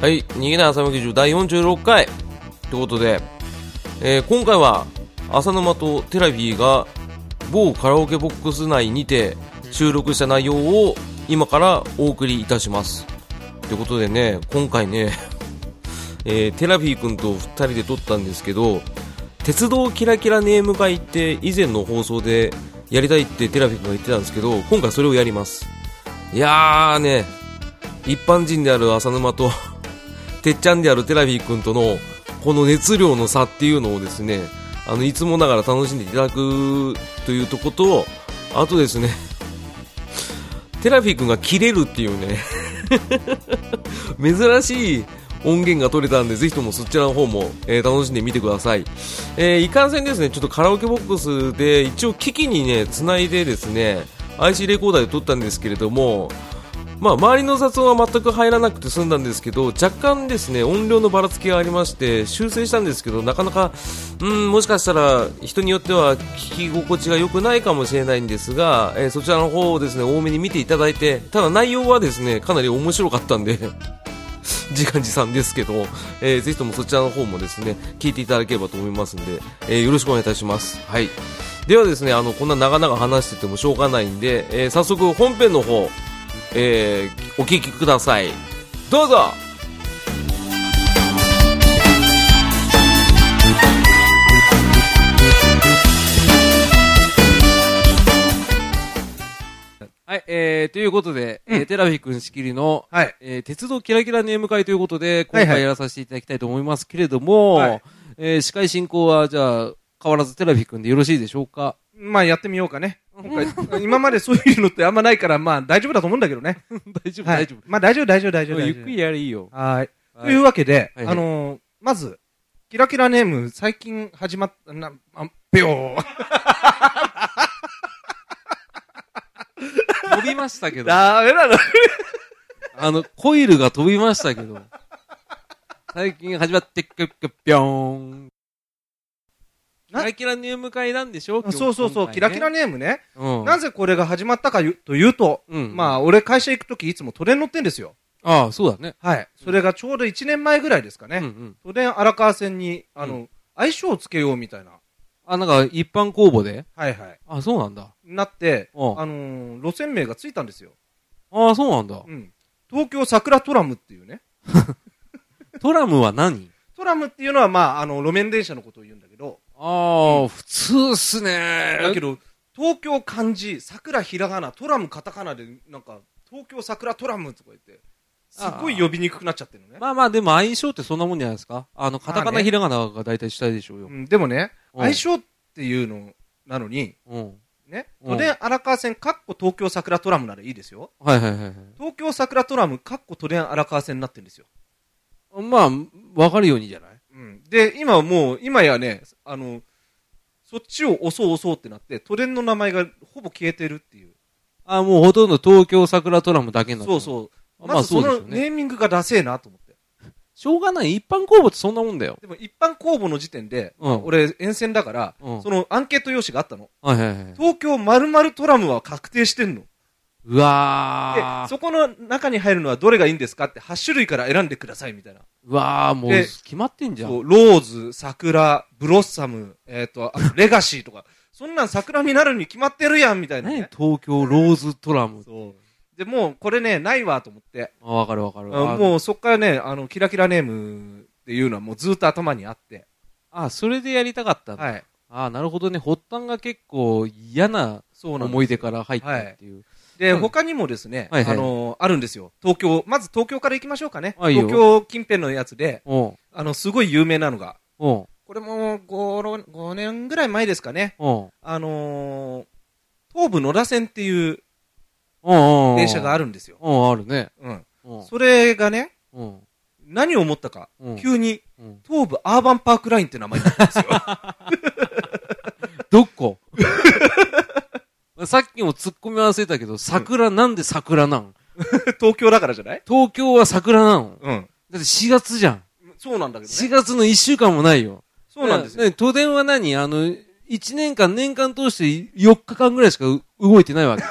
逃げない朝山劇場第46回ってことで、えー今回は浅沼とテラビーが某カラオケボックス内にて収録した内容を今からお送りいたしますってことでね今回ね、 えーテラビー君と2人で撮ったんですけど鉄道キラキラネーム会って以前の放送でやりたいってテラビー君が言ってたんですけど今回それをやりますいやーね一般人である浅沼とてっちゃんであるテラビー君とのこの熱量の差っていうのをですねあのいつもながら楽しんでいただくというとことあとですね テラフィー君が切れるっていうね 珍しい音源が取れたんでぜひともそちらの方も、えー楽しんでみてください、えーいかんせんですねちょっとカラオケボックスで一応機器にねつないでですね IC レコーダーで撮ったんですけれどもまあ、周りの雑音は全く入らなくて済んだんですけど若干ですね音量のばらつきがありまして修正したんですけどなかなかうんもしかしたら人によっては聞き心地が良くないかもしれないんですが、えーそちらの方をですね多めに見ていただいてただ内容はですねかなり面白かったんで 時間持参ですけど、えーぜひともそちらの方もですね聞いていただければと思いますんで、えーよろしくお願いいたします。はいではですねあのこんな長々話しててもしょうがないんで、えー早速本編の方えーお聞きくださいどうぞはい、えー、ということで、えーテラフィ君仕切りの、はいえー鉄道キラキラネーム会ということで、今はいは回いやらさせていただきたいと思いますけれども、はいえー司会進行は、じゃあ、変わらずテラフィ君でよろしいでしょうか まあやってみようかね。今回、 今までそういうのってあんまないから、まあ大丈夫だと思うんだけどね。大丈夫、はい大丈夫。まあ大丈夫、大丈夫、大丈夫。ゆっくりやれいいよ。はい。はいというわけで、はいあのー、まず、キラキラネーム、最近始まった、な、あ、ぴょー。 飛びました けど、あダメなのの、コイルが飛びましたけど、最近始まって、くっくっぴょーん。キなラキラネーム会なんでしょ今日そうそうそう、今回キラねキラネームね。うん。なぜこれが始まったかゆというと、うんまあ俺会社行くときいつも都電乗ってんですよ。ああ、そうだね。はい。それがちょうど1年前ぐらいですかうんうね。ん。都電荒川線に、あうの、相性をつけようみたいな。あ、なんか、一般公募ではいはい。あ、そうなんだ。なって、あうんのー、路線名がついたんですよ。ああ、そうなんだ。うん。東京桜トラムっていうね。トラムは何トラムっていうのは、まあ、あの、路面電車のことを言うんだけど、ああ、普通っすねだけど、東京漢字、桜ひらがな、トラムカタカナで、なんか、東京桜トラムとか言って、すっごい呼びにくくなっちゃってるのね。まあまあ、でも相性ってそんなもんじゃないですか。あの、カタカまあナ、ねひらがなが大体したいでしょうよう。ん、でもね、うん相性っていうのなのに、うん。ね、うん都電荒川線、かっこ東京桜トラムならいいですよ。はいはいはいは東京桜トラム、かっこ都電荒川線になってるんですよ。い。まあ、わかるようにじゃないうん。で、今はもう、今やね、あの、そっちを押そう押そうってなって、都電の名前がほぼ消えてるっていう。あもうほとんど東京桜トラムだけになってそうう。そう。ままあずそそうでしのょうネね。ーミングがダセえなと思って。しょうがない。一般公募ってそんなもんだよ。でも一般公募の時点で、うん。俺沿線だから、うんそのアンケート用紙があったの。はいはいはい。東京〇〇トラムは確定してんの。うでわ、ー。そこの中に入るのはどれがいいんですかって8種類から選んでくださいみたいな。うわー、もうで決まってんじゃそん。う、ローズ、桜、ブロッサム、えっ、と、あとレガシーとか、そんなん桜になるに決まってるやんみたいな、何ね。東京ローズトラム。そう。で、もうこれね、ないわと思って。あわかるわかる。あもうそっからね、あの、キラキラネームっていうのはもうずっと頭にあって。あ、それでやりたかったんだ。はい。ああ、なるほどね。発端が結構嫌なそうなんです思い出から入ったっていう。で、うん他にもですね、はいはいあのーあるんですよ。東京、まず東京から行きましょうかね。あいいよ東京近辺のやつで、おうあの、すごい有名なのが、おうこれも5、5年ぐらい前ですかね。おうあのー東武野田線っていうお電車がある。るんですよ。おうあるね。うん。おうそれがね、おう何を思ったか、うん急に、うん東武アーバンパークラインって名前になったん ですよ。どこ さっきも突っ込み忘れたけど、桜なんで桜なん東京だからじゃない東京は桜なのうん。だって4月じゃん。そうなんだけど4ね。月の1週間もないよ。そうなんですよ。だから都電は何あの、1年間、年間通して4日間ぐらいし かう動いてないわけ。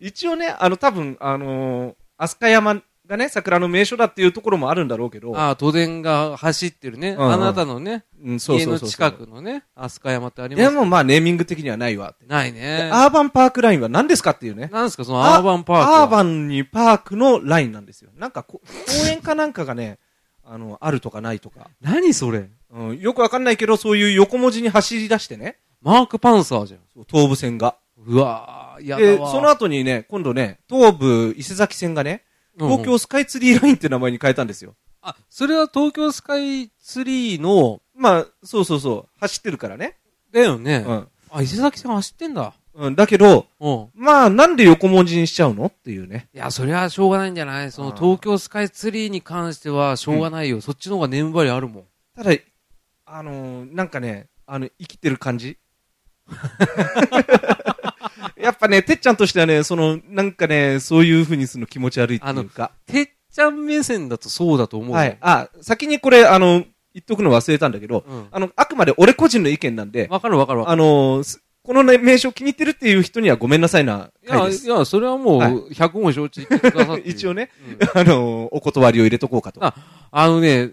一応ね、あの、多分、あのー飛鳥山がね、桜の名所だっていうところもあるんだろうけど、ああ、都電が走ってるね。うんうんあなたのね、うん、そう家そうのそうそう近くのね、飛鳥山ってありまですもまあネーミング的にはないわって。ないでね。アーバンパークラインは何ですかっていうね。なんですか、そのアーバンパークは。アーバンにパークのラインなんですよ。なんかこ公園かなんかがね、あの、あるとかないとか。何それうん、よくわかんないけど、そういう横文字に走り出してね、マークパンサーじゃん。そう東武線が。うわー、やだで、わ。その後にね、今度ね、東武伊勢崎線がね、うん東京スカイツリーラインって名前に変えたんですよ。あ、それは東京スカイツリーの、まあ、そうそうそう、走ってるからね。だよね。うん。あ、伊勢崎さん走ってんだ。うん、だけど、うん。まあ、なんで横文字にしちゃうのっていうね。いや、そりゃしょうがないんじゃないそのあー東京スカイツリーに関してはしょうがないよ。そっちの方が粘りあるもん。ただ、あのーなんかね、あの、生きてる 感じやっぱね、てっちゃんとしてはね、その、なんかね、そういう風にするの気持ち悪いっていうか。てっちゃん目線だとそうだと思うよ。はい。あ、先にこれ、あの、言っとくの忘れたんだけど、うんあの、あくまで俺個人の意見なんで、わかるわかるわかあのーすこの、ね、名称気に入ってるっていう人にはごめんなさいなる。い回や、でいす。や、それはもう、はい100も承知してくださって。 一応ね、うん。あのーお断りを入れとこうかと。ああのね、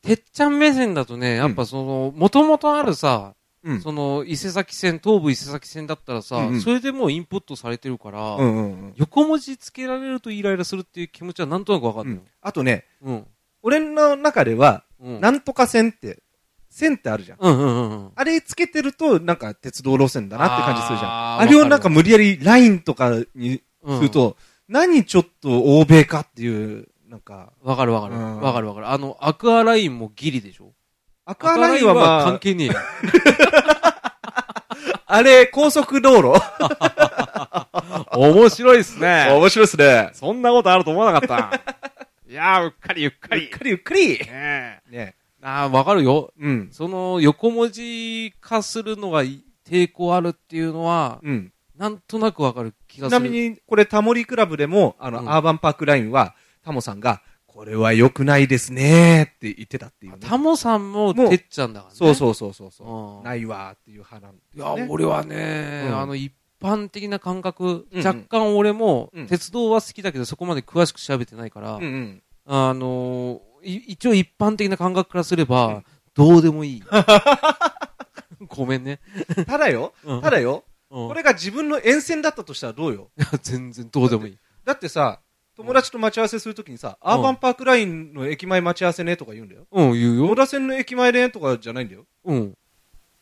てっちゃん目線だとね、やっぱその、もともとあるさ、うん。その、伊勢崎線、東武伊勢崎線だったらさ、うんうんそれでもうインプットされてるから、うんうんうん横文字つけられるとイライラするっていう気持ちはなんとなくわかうるのんよ。。あとね、うん。俺の中では、うん。なんとか線って、線ってあるじゃん。うんうんうんうん。あれつけてると、なんか鉄道路線だなって感じするじゃん。ああーれをなんか無理やりラインとかにすると、何ちょっと欧米かっていう、なんか、わかるわかる。うんわかるわかる。あの、アクアラインもギリでしょアクアラインはまアクアライン関あ、係ねえよ。あれ、高速道路面白いっすね。面白いですね。そんなことあると思わなかった。 いやー、うっかりゆっかゆっくりゆっくりねねああ、わかるよ。うん。その、横文字化するのがい抵抗あるっていうのは、うん。なんとなくわかる気がちする。なみに、これタモリクラブでも、あの、うんアーバンパークラインは、タモさんが、これは良くないですねって言ってたっていうね、タモさんももうてっちゃんだからね。そうそうそうそうそう。うんないわーっていう派なんですいや、ね。俺はね、うんあの、一般的な感覚、うんうん若干俺も、うん鉄道は好きだけど、そこまで詳しく調べてないから、うんうん。あのーい一応一般的な感覚からすれば、どうでもい い。ごめんね。ただよ、 うんただよ、うんこれが自分の沿線だったとしたらどうよ。全然どうでもいい。だってさ、友達と待ち合わせするときにさ、んアーバンパークラインの駅前待ち合わせねとか言うんだよ。うん、言う野よ。田線の駅前ねとかじゃないんだよ。うん。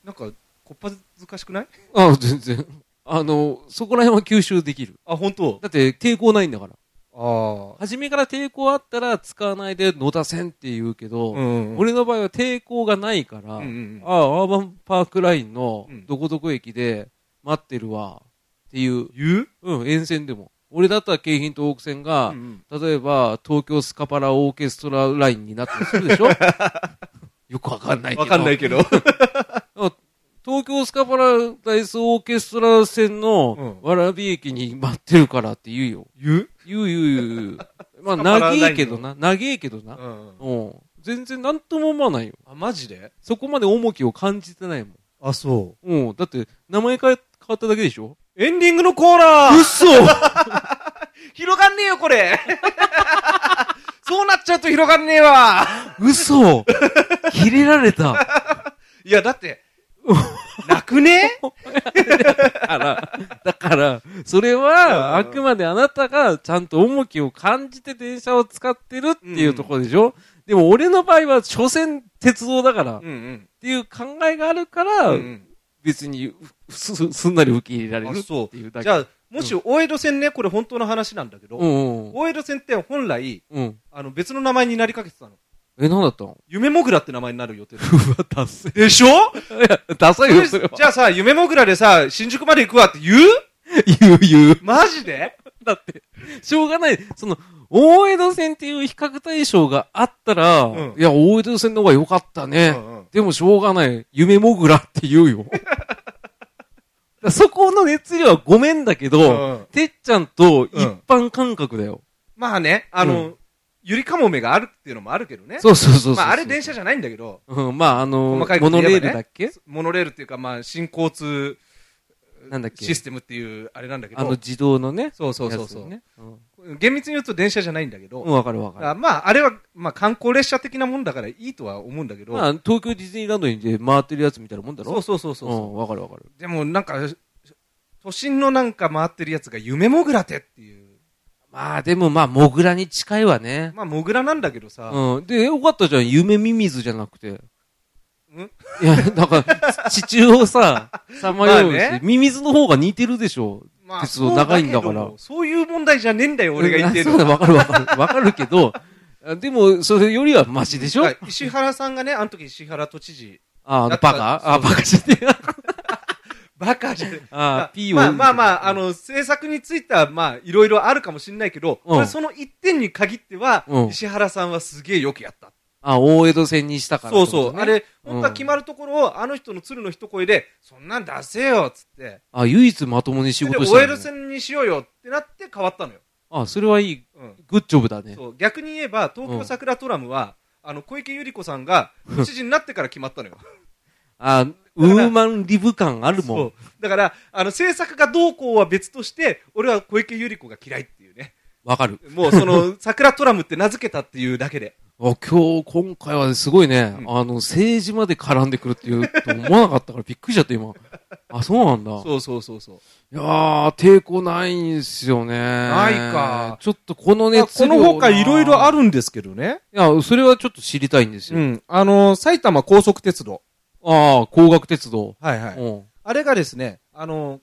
なんか、こっぱずかしくないあ、全然。あの、そこら辺は吸収できる。あ、本当だって抵抗ないんだから。ああ。初めから抵抗あったら使わないで野田線って言うけど、うんうん。俺の場合は抵抗がないから、うんうんうんああ、アーバンパークラインのうんどこどこ駅で待ってるわっていう、言ううん、沿線でも。俺だったら京浜東北線が、うん例えば東京スカパラオーケストララインになったりするでし ょよくわかんないうけんど。わかんな いけど。東京スカパラダイスオーケストラ線のうん蕨駅に待ってるからって言うよ。言う言う言う言う。まあ、スカパラ長ラインのえけどな。長えけどな。んうん。うん。全然なんとも思わないよ。あ、マジでそこまで重きを感じてないもん。あ、そう。うん。だって、名前変え変わっただけでしょエンディングのコーナー嘘広がんねえよ、これ そうなっちゃうと広がんねえわ嘘切れられた。いや、だって、なく ねだから、だから、それは、うあんくまであなたがちゃんと重きを感じて電車を使ってるっていうところでしょ、でも俺の場合は、所詮鉄道だから、っうんていう考えがあるから、うん。別にふす、すんなり受け入れられるあっそうていうだけ。じゃあ、もし大江戸線ね、これ本当の話なんだけど、うんうん。大江戸線って本来、うん。あの別の名前になりかけてたの。え、なんだったの夢もぐらって名前になる予定だうわ、ダセ。で しょいや、ダサいよ、それは。じゃあさ、夢もぐらでさ、新宿まで行くわって言う言う言う。マジで だって、しょうがない。その、大江戸線っていう比較対象があったら、うんいや、大江戸線の方が良かったね。うんうんでもしょうがない。夢もぐらって言う よ。だからそこの熱量はごめんだけど、うんてっちゃんと一うん般感覚だよ。まあね、あの、うゆりかもめがあるっていうのもあるけどね。そうそうそうそう。まああれ電車じゃないんだけど、うん、まああの、細かいこモとノ言レえールばねだっけモノレールっていうかまあ新交通なんだっけシステムっていうあれなんだけど、あの自動のね。そうそうそうそう。やつねうん厳密に言うと電車じゃないんだけど、うん、わかるわかる。あまあ、あれは、まあ、観光列車的なもんだからいいとは思うんだけど、まあ、東京ディズニーランドにで回ってるやつみたいなもんだろそうそうそうそう。ん、わかるわかる。でもなんか、都心のなんか回ってるやつが夢もぐらてっていう。まあ、でもまあ、モグラに近いわね。まあ、もぐらなんだけどさ、うん。で、よかったじゃん。夢ミミズじゃなくて。んいや、なんか、地中をさ、さまようし、まあねミミズの方が似てるでしょ。ま鉄道長いんだからそうけどそういう問題じゃねえんだよ、俺が言ってるうんのあは。そうだ、わかるわかる。わかるけど、あでも、それよりはマシでしょ、はい石原さんがね、あの時石原都知事、あ、あのだっバたカあ、バカして。バカじゃねあ、P を。まあまあまあ、あ、の、政策については、まあ、いろいろあるかもしれないけど、うんこれその一点に限っては、うん石原さんはすげえよくやった。あ、大江戸線にしたから、そうそう。あ。れ、うん本当は決まるところを、あの人の鶴の一声で、そんなん出せよっつって、あ、唯一まともに仕そ事れでしたのね、 OL 戦にしようよってなって変わったのよ。あ、それはいい。うん。グッジョブだね。そう。逆に言えば、東京桜トラムは、あの、小池百合子さんが、都知事になってから決まったのよ。あ、ウーマンリブ感あるもそんう。。だから、あの、政策がどうこうは別として、俺は小池百合子が嫌いっていうね。わかる。もうそ の、桜トラムって名付けたっていうだけで。あ今日、今回はすごいね、うんあの、政治まで絡んでくるっていうと思わなかったからびっくりしちゃった、今。あ、そうなんだ。そうそうそうそう。いやー、抵抗ないんすよね。ないかちょっとこのまあ熱こ量の他いろいろある。るんですけどね。いや、それはちょっと知りたいんですよ。ん。あの、埼玉高速鉄道。ああ、高額鉄道。はいはう。ん。あれがですね、あの、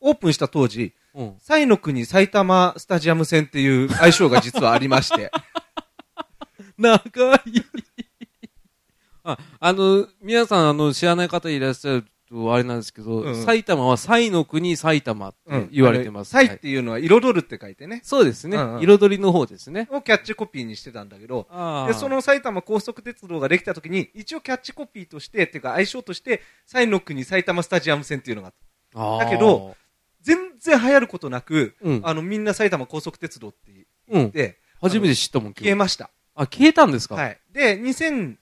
オープンした当時、うん。西の国埼玉スタジアム線っていう愛称が実はありまして。 長い。あ、あの、皆さん、あの、知らない方いらっしゃると、あれなんですけど、うん埼玉は西の国埼玉って言われてます。あはいの西っていうのは彩るって書いてね。そうですね、うんうん彩りの方ですね。をキャッチコピーにしてたんだけど、ああ。で、その埼玉高速鉄道ができた時に、一応キャッチコピーとして、っていうか愛称として、西の国埼玉スタジアム線っていうのがあった、あー、だけど全然流行ることなく、うんあの、みんな埼玉高速鉄道ってう言っん。て、初めて知ったもん、消え今日。ました。あ、消えたんですかはい。で、2008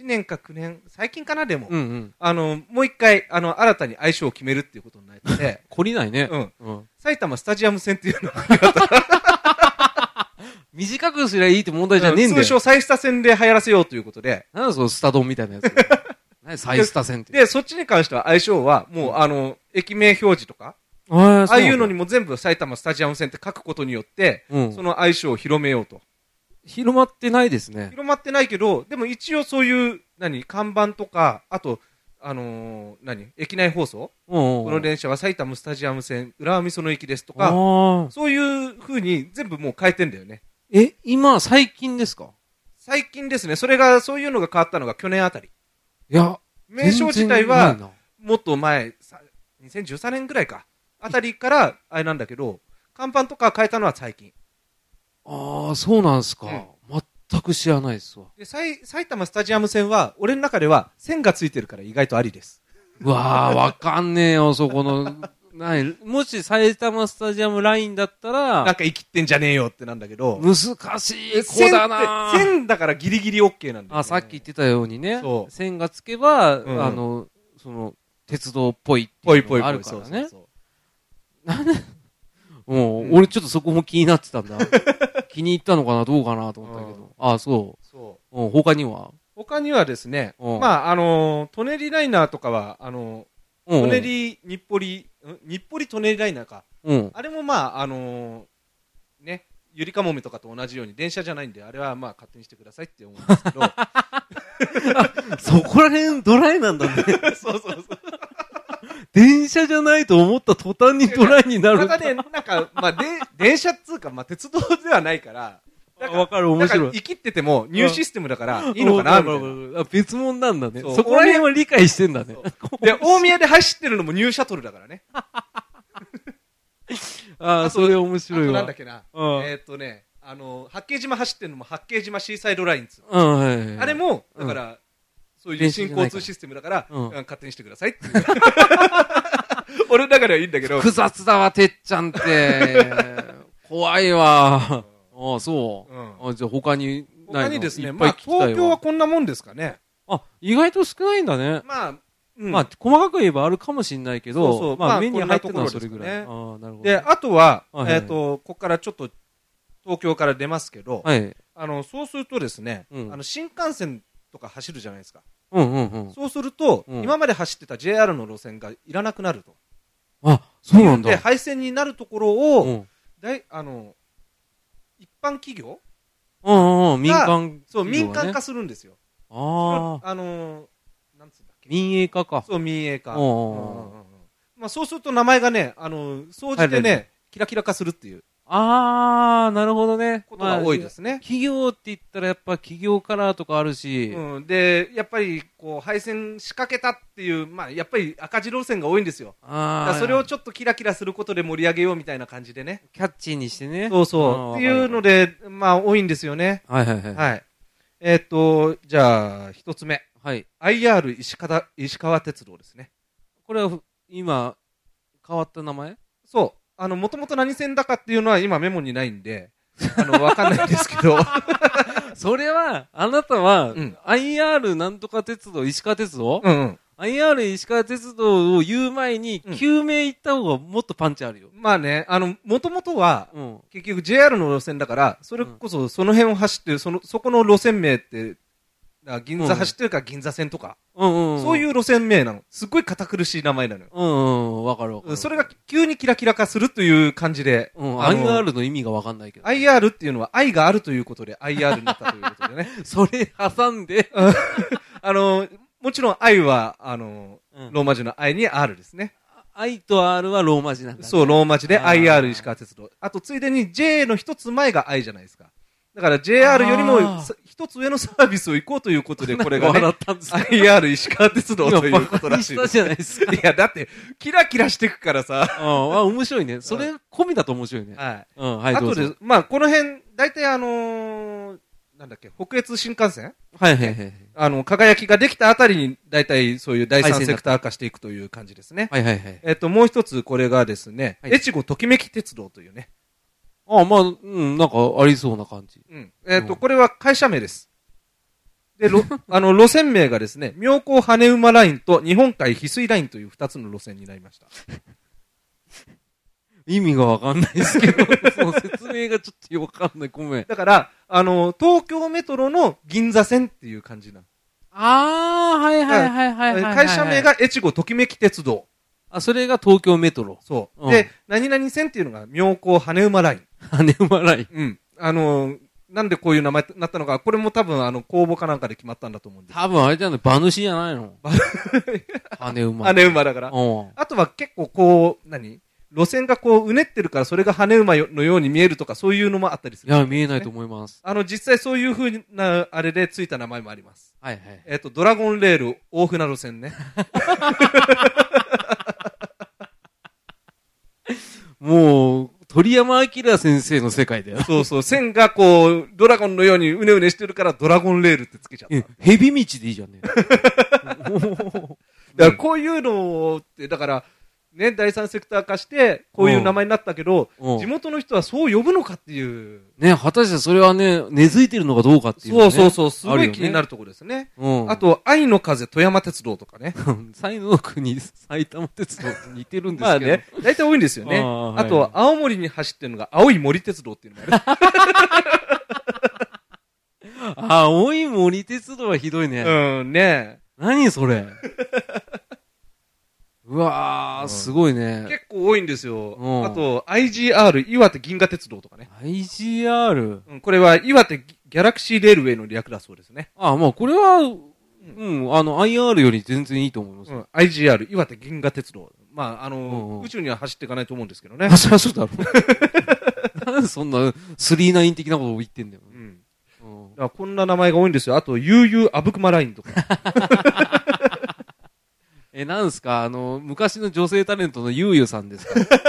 年か9年、最近かな、でも、うんうん。あの、もう一回、あの、新たに相性を決めるっていうことになって、懲りないね。うん。 うん。埼玉スタジアム戦っていうのが、短くすりゃいいって問題じゃねえんだ通称よ。サイスタ戦で流行らせようということで、なんだそのスタドンみたいな やつ。何サイスタ戦って。で、そっちに関しては相性は、もう、あの、駅名表示とか、あああいうのにも、も全部埼玉スタジアム戦って書くことによって、うんその相性を広めようと。広まってないですね。広まってないけど、でも一応そういう、何、看板とか、あと、あのー何、駅内放送うんうん。この電車は埼玉スタジアム線、浦和美園行きですとあか、ーそういう風に全部もう変えてんだよね。え、今、最近ですか最近ですね、それが、そういうのが変わったのが去年あたり。いや、名称自体全然は、ないなもっと前、さ2013年ぐらいか、あたりから、あれなんだけど、看板とか変えたのは最近。ああ、そうなんすか。全く知らないですわ。で、埼埼玉スタジアム線は、俺の中では線がついてるから意外とありです。う わあ、わかんねえよ、そこの。ないもし埼玉スタジアムラインだったなんら、か生きってんじゃねえよってなんだけど、難しい子線だなって、線だからギリギリ OK なんだよ、ね。あ、さっき言ってたようにねそ、う線がつけば、うんあの、その、鉄道っぽいってぽいいうぽのいがぽあいる。そかうらそうね。そう。 もううん俺ちょっとそこも気になってた んだ。気に入ったのかな、どうかなと思ったけうんど。あ、そそうう。うん、他には。他にはですね、うんまあ、あのートネリライナーとかは、あのーうんうトん。ネリ、日暮里、ん日暮里トネリライナーか。うん。あれもまあ、あのーね、ゆりかもめとかと同じように電車じゃないんで、あれはまあ勝手にしてくださいって思うんで すけど。 そこら辺ドライなんだね。 そうそうそう。電車じゃないと思った途端にドライになる。またね、なんか、まあ、で、電車っつうか、まあ、鉄道ではないから、あわかる、面なん白かい。生きっててもニューシステムだからいいのかな、みたいな。いな。あ別物なんだね。そうそこら辺は理解してんだね。で、大宮で走ってるのもニューシャトルだからね。ああ、あとそれ面あと白いなんだわっ。けな。うんえーっとね、あの、八景島走ってるのも八景島シーサイドラインっつううん、はいはい。あれも、だから、そういう新交通システムだから、うんうん勝手にしてくださいっていう 俺の中ではいいんだけど、 複雑だわ、てっちゃん って。怖いわ。ああ、そうう。あじゃあ他にないの他にですね、いっまぱいあ聞、きたい東京はわ。こんなもんですかね。あ、意外と少ないんだね。まあ、うんまあ、細かく言えばあるかもしれないけそうそどう、ままああ、目に入ったのはこんなとこそろれぐらい。ですああ、なるほど。で、あとは、はいはいえっ、と、ここからちょっと、東京から出ますけど、はい。あのそうするとですね、うんあの新幹線とか走るじゃないですかうんうんうん。そうすると、うん今まで走ってた JR の路線がいらなくなるとあ、そうなんだで。廃線になるところを、うん。うんだいあの一般企業うんうん。民間。そう民間化あするんですよ、あー。あのーなんつうんだっけ民営化か。そう民営化、おうおうおううんうんうんまあ、そうすると名前がねあのー総じ入てれねキラキラ化するっていうああ、なるほどね。。ことが多いですすね、企業って言ったらやっぱ企業カラーとかあるし、うん、でやっぱりこう配線仕掛けたっていう、まあ、やっぱり赤字路線が多いんですよだあかあら、それをちょっとキラキラすることで盛り上げようみたいな感じでねキャッチーにしてね。そうあそーうっていうのでまあ多いんですよねはいはいはい。はいえーっとじゃあ一つ目はい。 IR 石川石川鉄道ですねこれはふ今、変わった名前そう。あの、もともと何線だかっていうのは今メモにないんで、あの、わかんないんですけ ど、それは、あなたは、うん IR なんとか鉄道、石川鉄道、うんうん。 ?IR 石川鉄道を言う前にう、ん救命行った方がもっとパンチあるよ。まあね、あの、もともとは、うん。結局 JR の路線だから、それこそその辺を走ってる、その、そこの路線名って、あ銀座走ってるから銀座線とか、うんうん、うん。。そういうう路線名なの。すっごい堅苦しい名前なのよ。うんうんうん。わかるわかる。それが、急にキラキラ化するという感じで、うん。あの IR の意味がわかんないけど。 IR っていうのは愛があるということで IR になったということで ね。それ挟んで、あの、もちろん愛は、あの、うんローマ字の愛に R ですね。 I と R はローマ字なんだ、ね。そう、ローマ字であー IR 石川鉄道。あと、ついでに J の一つ前が I じゃないですか。だから JR よりもあーさ一つ上のサービスを行こうというこ とで、これがね笑、ったんですよ IR 石川鉄道ということらしい今バカにでしす。たじゃないですか。いや、だって、キラキラしてくから さ。うんあ、面白いね。それ込みだと面白いね。はい。うん、はい、あどうとぞ。で、まあ、この辺、大体あのー、なんだっけ、北越新幹線はいはいはい。あの、輝きができたあたりに、大体そういう第三セクター化していくという感じですね。はいはいはい。えっと、もう一つ、これがですね、はい越後ときめき鉄道というね。あまあ、うん、なんかありそうな感じ。うん。えっ、うと、んこれは会社名です。で、ろあの、路線名がですね、妙高羽馬ラインと日本海翡翠ラインという二つの路線になりました。意味がわかんないです けど、その説明がちょっとよくわかんない。ごめん。だから、あの、東京メトロの銀座線っていう感じなの。あー、はいはいはいはいはいはい。会社名。が越後ときめき鉄道。あ、それが東京メトロ。そう。うんで、何々線っていうのが妙高羽馬ライン。羽生ライン。うん。あの、なんでこういう名前になったのか、これも多分、あの、公募かなんかで決まったんだと思うんです。多分あれじゃない、馬主じゃないの。 羽馬。羽馬だから。うん。あとは結構こう、何路線がこううねってるからそれが羽馬のように見えるとかそういうのもあったりすいる。や、見えないと思います。あの、実際そういう風な、あれでついた名前もあります。はいはい。えっ、と、ドラゴンレール大船路線ね。 もう、鳥山明先生の世界 だよ。そうそう、線がこう、ドラゴンのようにうねうねしてるからドラゴンレールってつけちゃった。え、蛇道でいいじゃんね。だからこういうのって、だから、ね、第三セクター化して、こういう名前になったけど、うん地元の人はそう呼ぶのかっていう。ね、果たしてそれはね、根付いてるのかどうかっていう、ね。そうそうそう、すごあるいよね気になるところですね。うん。 あ、と、愛の風富山鉄道とかね。才能国、埼玉鉄道と似てるんですまあけど。ね、大体多いんですよね。ああ,、ーはいとは、青森に走ってるのが、青い森鉄道っていうのがあ青い森鉄道はひど いね。る。うん、ね何そ れ。うわー、うんすごいね。結構多いんですようん。あと、IGR、岩手銀河鉄道とかね。 IGR。うん、これは、岩手ギャラクシーレールウェイの略だそうですね。あ、まあこれは、うん、あの、IR より全然いいと思いますうよ。ん、IGR、岩手銀河鉄道。まあ、あの、うんうん宇宙には走っていかないと思うんですけどね。走らそうだろ。 なんでそんな、スリーナイン的なことを言ってんだよ。うん。うんだからこんな名前が多いんですよ。あと、悠々あぶくまラインとか。え、なんすかあの、昔の女性タレントのゆうゆさんですか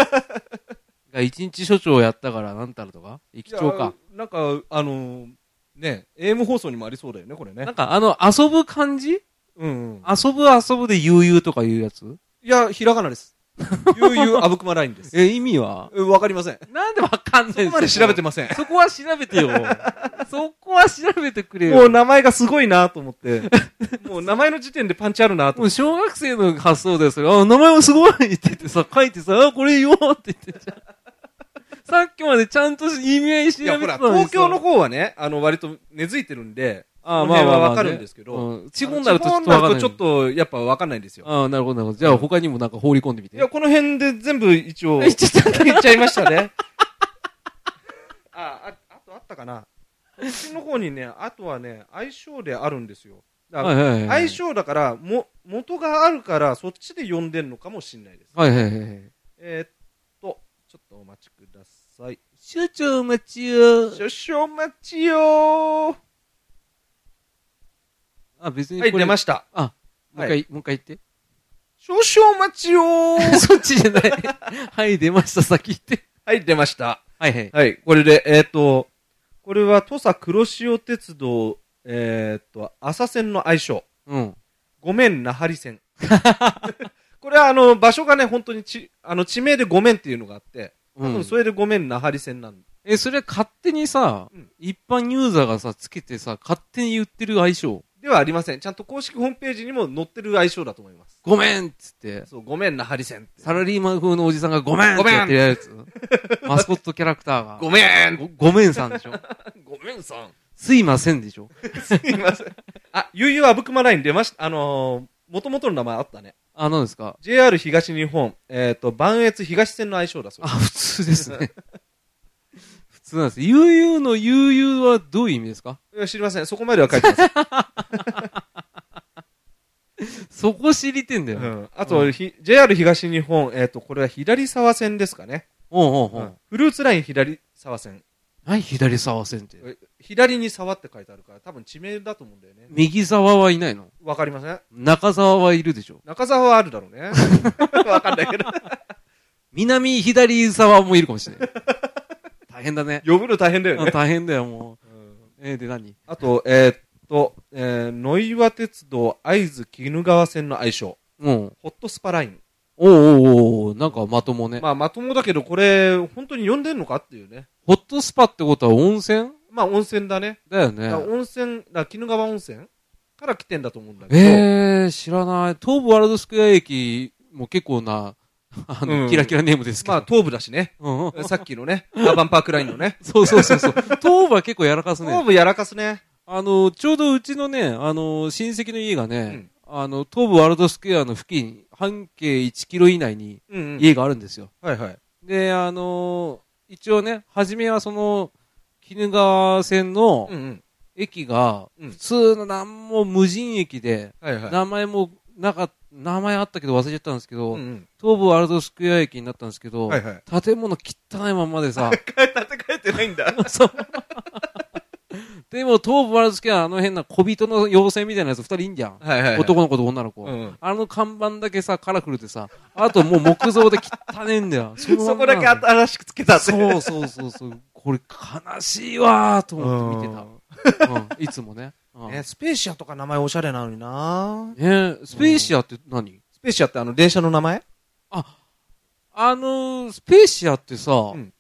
が一日所長をやったからなんたらとか駅長か。いや。なんか、あのね、AM 放送にもありそうだよね、これねなん。かあの、遊ぶ感じうん、うん。遊ぶ遊ぶでゆうゆうとかいうやついや、ひらがなです。 悠々あぶくまラインです。え、意味はうんわかりません。こなんでわかんないんですかこまで調べてませ ん。そこは調べて よ。そこは調べてくれよ。ももうう名前がすごいなと思 って。もう名前の時点でパンチあるなと思って。小学生の 発想だよ、それ。あ、名前もすごいって言ってさ、書いてさ、あ、これよって言ってんじゃん。さっきまでちゃんと意味合い調いべや、てほら、たのに東さ京の方はね、あの、割と根付いてるんで、ああこの辺はまあまあまあわかるんですけどうん地方になるとちょっとわかんないちょっと、やっぱわかんないんですよ。ああ、なるほど、なるほど。じゃあ他にもなんか放り込んでみて。いや、この辺で全部 一応、言っちゃった言っちゃいましたね。 あ、あ、あとあったかな。こっちの方にね、あとはね、相性であるんですよ。だからはいはいはい。相。性だから、も、元があるから、そっちで呼んでんのかもしれないです。はいはいはいはい。えーっと、ちょっとお待ちください。所長お待ちよ少々お待ちよーあ、別にこはれ。い、出ましした。あ、もう一は回、もう一回言っ少々お待ちよーて。そ っちじゃない。はい、出ました、先言って。 はい、出ました。はいはい。はい、これで、えーっと、これは土佐黒潮鉄道、えーっと、浅線の愛称。うん。ごめん、那覇里 線。これはあの、場所がね、本当にち、あの、地名でごめんっていうのがあって、ううんん、。それでごめん、那覇里線なんえ、それは勝手にさうん、一般ユーザーがさ、つけてさ、勝手に言ってる相性。ではありません。ちゃんと公式ホームページにも載ってる愛称だと思います。ごめんっつって。そう、ごめん、那覇里線って。サラリーマン風のおじさんがごめんってやってるやつ。 マスコットキャラクターが。ごめんごごめんさんでしょ。ごめんさん。すいませんでしょ。す いません。あ、悠々あぶくまライン出ました。あのー、もともとの名前あったね。あ、何ですか JR 東日本、えっ、と、磐越東線の愛称だそうあ、で普す。通です ね。普通なんです。悠々の悠々はどういう意味ですかいや知りません。そこまでは書いてませ ん。そこ知りてんだよ。ううん、ん、あと、ひ JR 東日本、えっ、と、これは左沢線ですかね。おうおうおう。うんフルーツライン左沢線。何左沢線って。え左に沢って書いてあるから、多分地名だと思うんだよね。右沢はいないのわかりません中沢はいるでしょ。中沢はあるだろう ね。わかんないけど。南左沢もいるかもしれ ない。大変だね。呼ぶの大変だよあね。大変だよ、もうんう。えー、で何あと、えーっと、えー、野岩鉄道会津鬼怒川線の愛称、うん。ホットスパライン。おうおうおうおうなんかまともね。 まあ、まともだけど、これ、本当に呼んでんのかっていうね。ホットスパってことは温泉まあ、温泉だね。だよだねから。温泉、だから鬼怒川温泉から来てんだと思うんだけど。えー、知らない。東武ワールドスクエア駅も結構な、あの、うんキラキラネームですけど。まあ、東部だし ね。うんうんさっきのね、アーバンパークラインのね。そうそう そうそう。東武は結構やらかす東ね。部やらかすね。あの、ちょうどうちのね、あの、親戚の家がね、あの、東武ワールドスクエアの付近、半径1キロ以内にうん、うん。家があるんですよ。はいはい。で、あの、一応ね、初めはその、鬼怒川線のうんうん。駅が、うん普通のなんも無人駅で、はいはい。名前もなかっ名前あったけど忘れちゃったんですけど、うんうん。東武ワールドスクエア駅になったんですけど、はいはい。建物汚いまんまで さ、建て替えてないんだ。 そう。でも東武ワールドスクエアあの変な小人の妖精みたいなやつ二人いんじゃん。 はいはい、はい。男の子と女の子、うんあの看板だけさ、カラフルでさ、あともう木造で汚ねえんだ よ。そのまそんまこだけ新しくつけたって。そうそうそうそう。これ悲しいわーと思って見てた。うん、いつもね。うんね、スペーシアとか名前おしゃれなのになねスペーシアって何、スペーシアってあの電車の名前あのー、スペーシアってさ、ん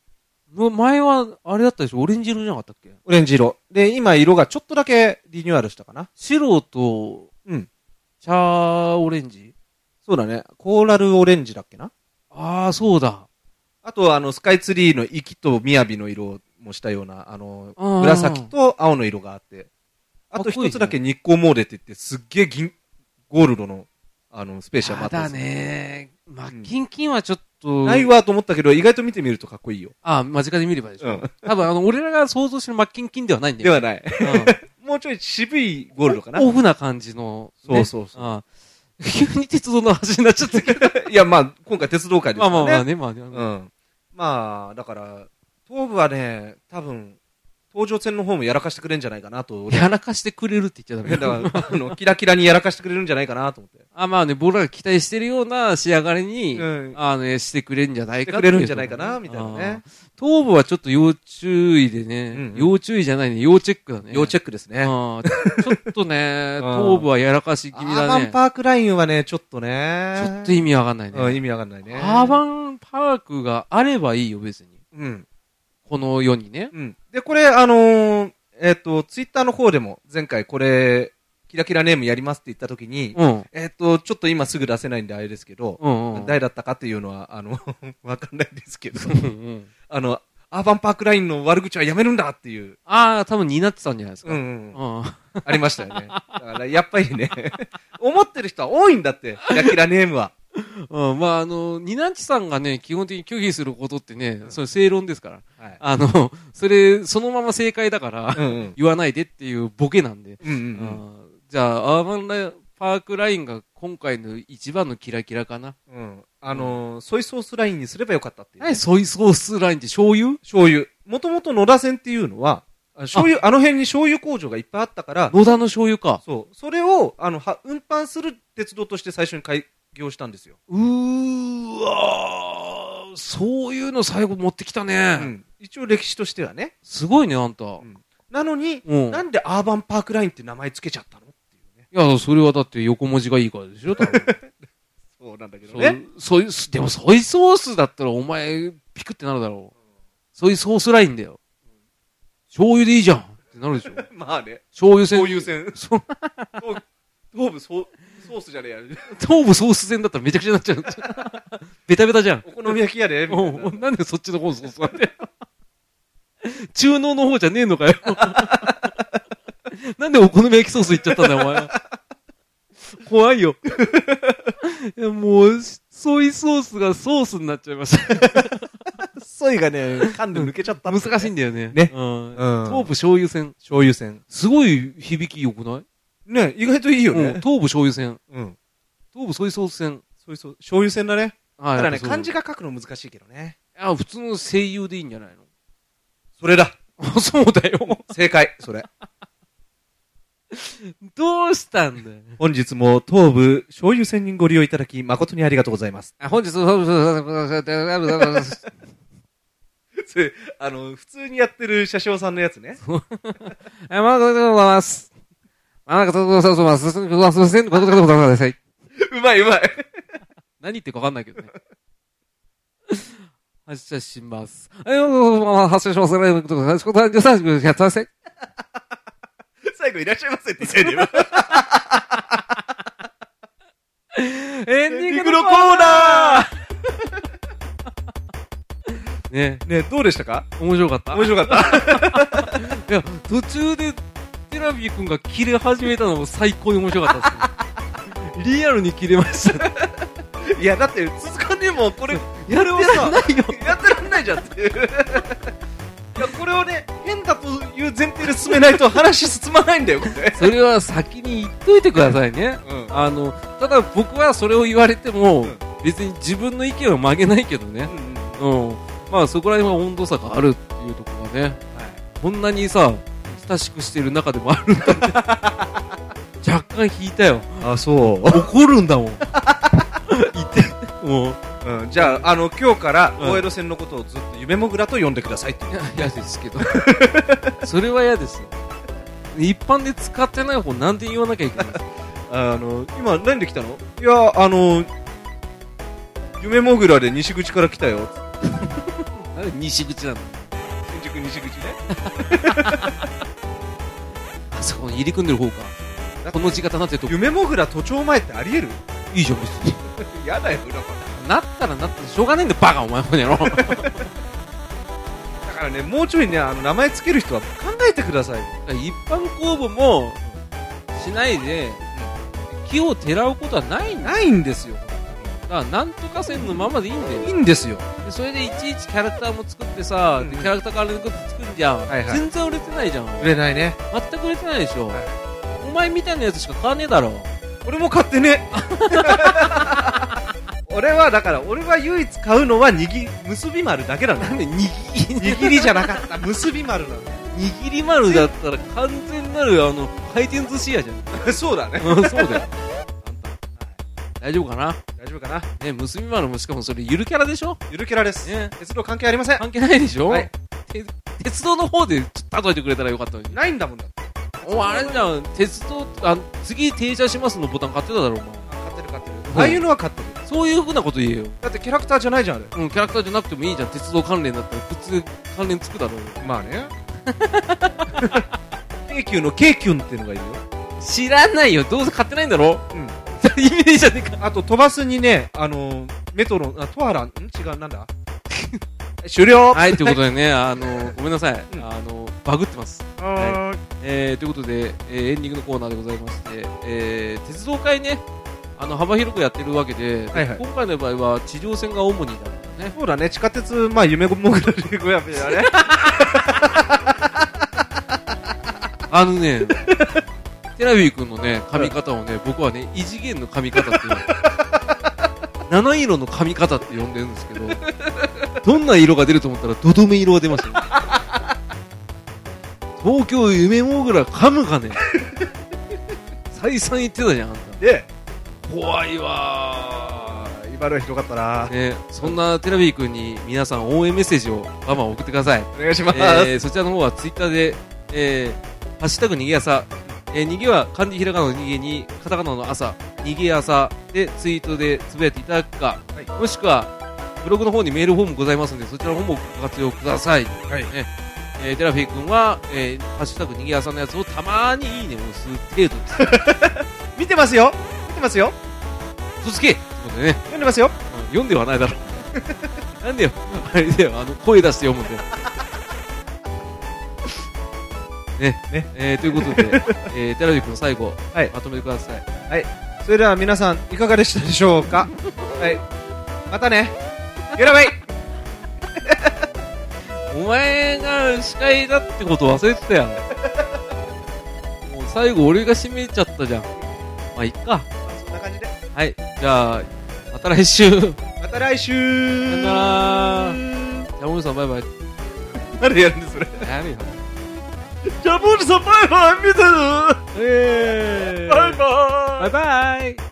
の前は、あれだったでしょオレンジ色じゃなかったっけオレンジ色。で、今色がちょっとだけリニューアルしたかな白と、うん。茶オレンジそうだね。コーラルオレンジだっけなああ、そうだ。あと、あの、スカイツリーの息と雅の色もしたような、あの、あー紫と青の色があって。あかとっこいいね一つだけ日光モーレって言って、すっげえ銀、ゴールドの、あの、スペーシアもああったんでだすよ。ねー。まあ、うんキンキンはちょっと、ないわと思ったけど、意外と見てみるとかっこいいよ。ああ、間近で見ればでしょ。うん多分、あの、俺らが想像してるマッキンキンではないんだでよ。はない。うん もうちょい渋いゴールドかなオフな感じの、ね。そうそうそうあー急に鉄道の話になっちゃったけど。いや、 まあ、今回鉄道会ですまかあらね。まあまあね、まあね。うん。まあ、だから、東部はね、多分、東上線の方もやらかしてくれるんじゃないかなと。やらかしてくれるって言っちゃダメだから、あの、キラキラにやらかしてくれるんじゃないかなと思って。あ、まあね、僕らが期待してるような仕上がりに、うんあの、ね、してくれるんじゃないかしてくれるんじゃないかなってうみたいなねあー東部はちょっと要注意でね、うんうん要注意じゃないね、要チェックだね。要チェッェックですね。アク。ちょっとね、うん東部はやらかし気味ーだバンね。パークラインはね、ちょっとちね。ょっと意味わかんないね。うん、意味わかんないね。アーバンパークがあればいいよ、別に。うん。この世にね。うん。で、これ、あのーえっ、と、ツイッターの方でも、前回これ、キラキラネームやりますって言った時に、うん。えっ、と、ちょっと今すぐ出せないんであれですけど、うんうん。 誰だったかっていうのは、あの、わかんないですけど、うんうんあの、アーバンパークラインの悪口はやめるんだっていう、ああ、多分担ってたんじゃないですか。うんうんうん、うん。ありましたよね。だからやっぱりね、 思ってる人は多いんだって、キラキラネームは。うん、まあ、あの、ニナッチさんがね、基本的に拒否することってね、それ正論ですから。はいあの、それ、そのまま正解だから、うんうん言わないでっていうボケなんで。うんうんあーじゃあ、アーバンライパークラインが今回の一番のキラキラかな。うんうんあのーソイソースラインにすればよかったっていうね、何ソイソースラインって醤油醤油。もともと野田線っていうのは、あ醤油、あの辺に醤油工場がいっぱいあったから、野田の醤油か。そう。それを、あの、は運搬する鉄道として最初に開業したんですよ。うーわーそういうの最後持ってきたね。うん。一応歴史としてはね。すごいね、あんた。んなのに、うんなんでアーバンパークラインって名前つけちゃったのっていうね。いや、それはだって横文字がいいからでしょ、多 分。そうなんだけどそうね。ソイスでもソイソースだったらお前ピクってなるだろう。ソイソースラインだよ。醤油でいいじゃんってなるでしょ。 まあね。醤油戦。そういう線。そう東東部ソソースじゃねえや。 東部ソース戦だったらめちゃくちゃになっちゃう。ベタベタじゃん。お好み焼きやで、みたいなおうなんでそっちの方 ソースなんだよ。中濃の方じゃねえのかよ。 なんでお好み焼きソースいっちゃったんだよ、お前は。怖いよ。いやもう、ソイソースがソースになっちゃいました。ソイがね、噛んで抜けちゃった。 難しいんだよね。ねうん。うん東部醤油線。醤油線。すごい響き良くないね、意外といいようんね。東部醤油線。うん。東部ソイソース線。そうそう。醤油線だね。はただね、漢字が。が書くの難しいけどね。あ、普通の声優でいいんじゃないのそれだ。あ そうだよ。正解。それ。どうしたんだよ。本日も東部醤油線にご利用いただき誠にありがとうございます。あ本日、 それあの、普通にやってる車掌さんのやつね。 あまだございます。あなんか、そうそうそう、まあ、すすん、ごすすん、ごすすん、ごすすん、うまいうまい。 何言ってるか分かんないけどね。 発射します。あの発射します。あの最後いらっしゃいませって言って るよ。エンディエンディンンググののココーーナナーねね、どうでしたか面白かった。面白かった。いや、途中で、テラビー君が切れ始めたのも最高に面白かったですね。リアルに切れましたね。 いや、だって続かねえもん、これ、やるをさないよ。やってらんないじゃんっていう。い や、これをね、変だという前提で進めないと話進まないんだよ、これ。それは先に言っといてくださいね。うん。あの、ただ僕はそれを言われても、うん別に自分の意見は曲げないけどね。うん。まあそこら辺は温度差があるっていうところがね。こんなにさ、親しくしてる中でもあるんだって 若干引いたよ。あ、そ怒るん だもん。いて。もう。う。うん、じゃあ、あの、今日から、うん大江戸線のことをずっと夢もぐらと呼んでくださいっていうい。や嫌ですけど。 それは嫌ですよ。一般で使ってない方なんて言わなきゃ いけないんですかあの、今何で来たのいや、あの、夢もぐらで西口から来たよ。なんで西口なの新宿西口 ね。あそこに入り組んでる方か。この字型になってるとこ。夢もぐら都庁前ってありえるいいじゃん、別に。 やだよ、だかなったらなったでしょうがねえんだよ、バカお前もや ろ。ら。だからね、もうちょいね、あの、名前つける人は考えてください。一般公募もしないで、木をてらうことはないんだ。ないんですよ。だから、なんとか線のままでいいんだよいい。んですよ。でそれでいちいちキャラクターも作ってさ、うんでキャラクターから作って作るじゃん、はいはい全然売れてないじゃん。売れないね。全く売れてないでしょ。はいお前みたいなやつしか買わねえだろ。俺も買ってね。俺は、だから、俺は唯一買うのは、にぎ、結び丸だけなの。なんで握り、握りじゃなかった。結び丸な握り丸だったら完全なるあの、回転寿司屋じゃん。の。 そうだね。うんそうだよ。あんた 大丈夫かな大丈夫かな。ね、結び丸もしかもそれゆるキャラでしょゆるキャラです。ね。鉄道関係ありません。関係ないでしょ、はいて鉄道の方でちょっと例えてくれたらよかったのに。ないんだもんだって。お前あれじゃん、鉄道、あ次停車しますのボタン買ってただろ、お前。買ってる買ってる。うんああいうのは買ってる。そういう風なこと言えよ。だってキャラクターじゃないじゃん、あうれ。ん、キャラクターじゃなくてもいいじゃん。鉄道関連だったら、普通関連つくだろうよ。まあね。 京急の京急っていうのがいるよ。知らないよ。どうせ買ってないんだろうん意味ねえじゃねえか。あと、飛ばすにね、あのーメトロ、あ、トアラン、ん違う、なんだ終 了はい、ということでね、あの、ごめんなさい。うんあの、バグってます。はえーということで、えーエンディングのコーナーでございまして、えー鉄道会ね、あの、幅広くやってるわけで、はいはい今回の場合は地上戦が主になるからねい。そうだね、地下鉄、まあ、夢ごもぐらでごやべ あれあのね、テラビー君のね、髪型をね、僕はね、異次元の髪型っていう。七色の髪型って呼んでるんですけど、どんな色が出ると思ったら、ドドメ色が出ました、ね。東京夢もぐら噛むかね。再三言ってたじゃん、あんた。で、怖いわあー今のはひどかったなー。ね、そんなテラビー君に皆さん応援メッセージをバンバン送ってください。お願いします。えーそちらの方はツイッターで、えーハッシュタグ逃げ朝、えー逃げは漢字ひらがなの逃げに、カタカナの朝、逃げ朝でツイートでつぶやいていただくか、はいもしくはブログの方にメールフォームございますので、そちらの方もご活用ください。はいねえーテラフィー君は、えーハッシュタグ逃げ朝のやつをたまにいいねを押す程度です。見てますよ見てますよ嘘つけってことでね。読んでますようん読んではないだろ なんでよあれだよあの声出して読むんだよ ねねえーということで、えー、寺地君最後、はいまとめてくださいそれでは皆さん、いかがでしたでしょうかはい。またねゲラバイお前が司会だってこと忘れてたやんもう最後俺が締めちゃったじゃんまあいっかそんな感じで。はいじゃあまた来週さよまた来週ならじゃあ森さんバイバイ誰やるんですそれ。やめよジャボールさんバイバイ見てるえバイバイバイバイ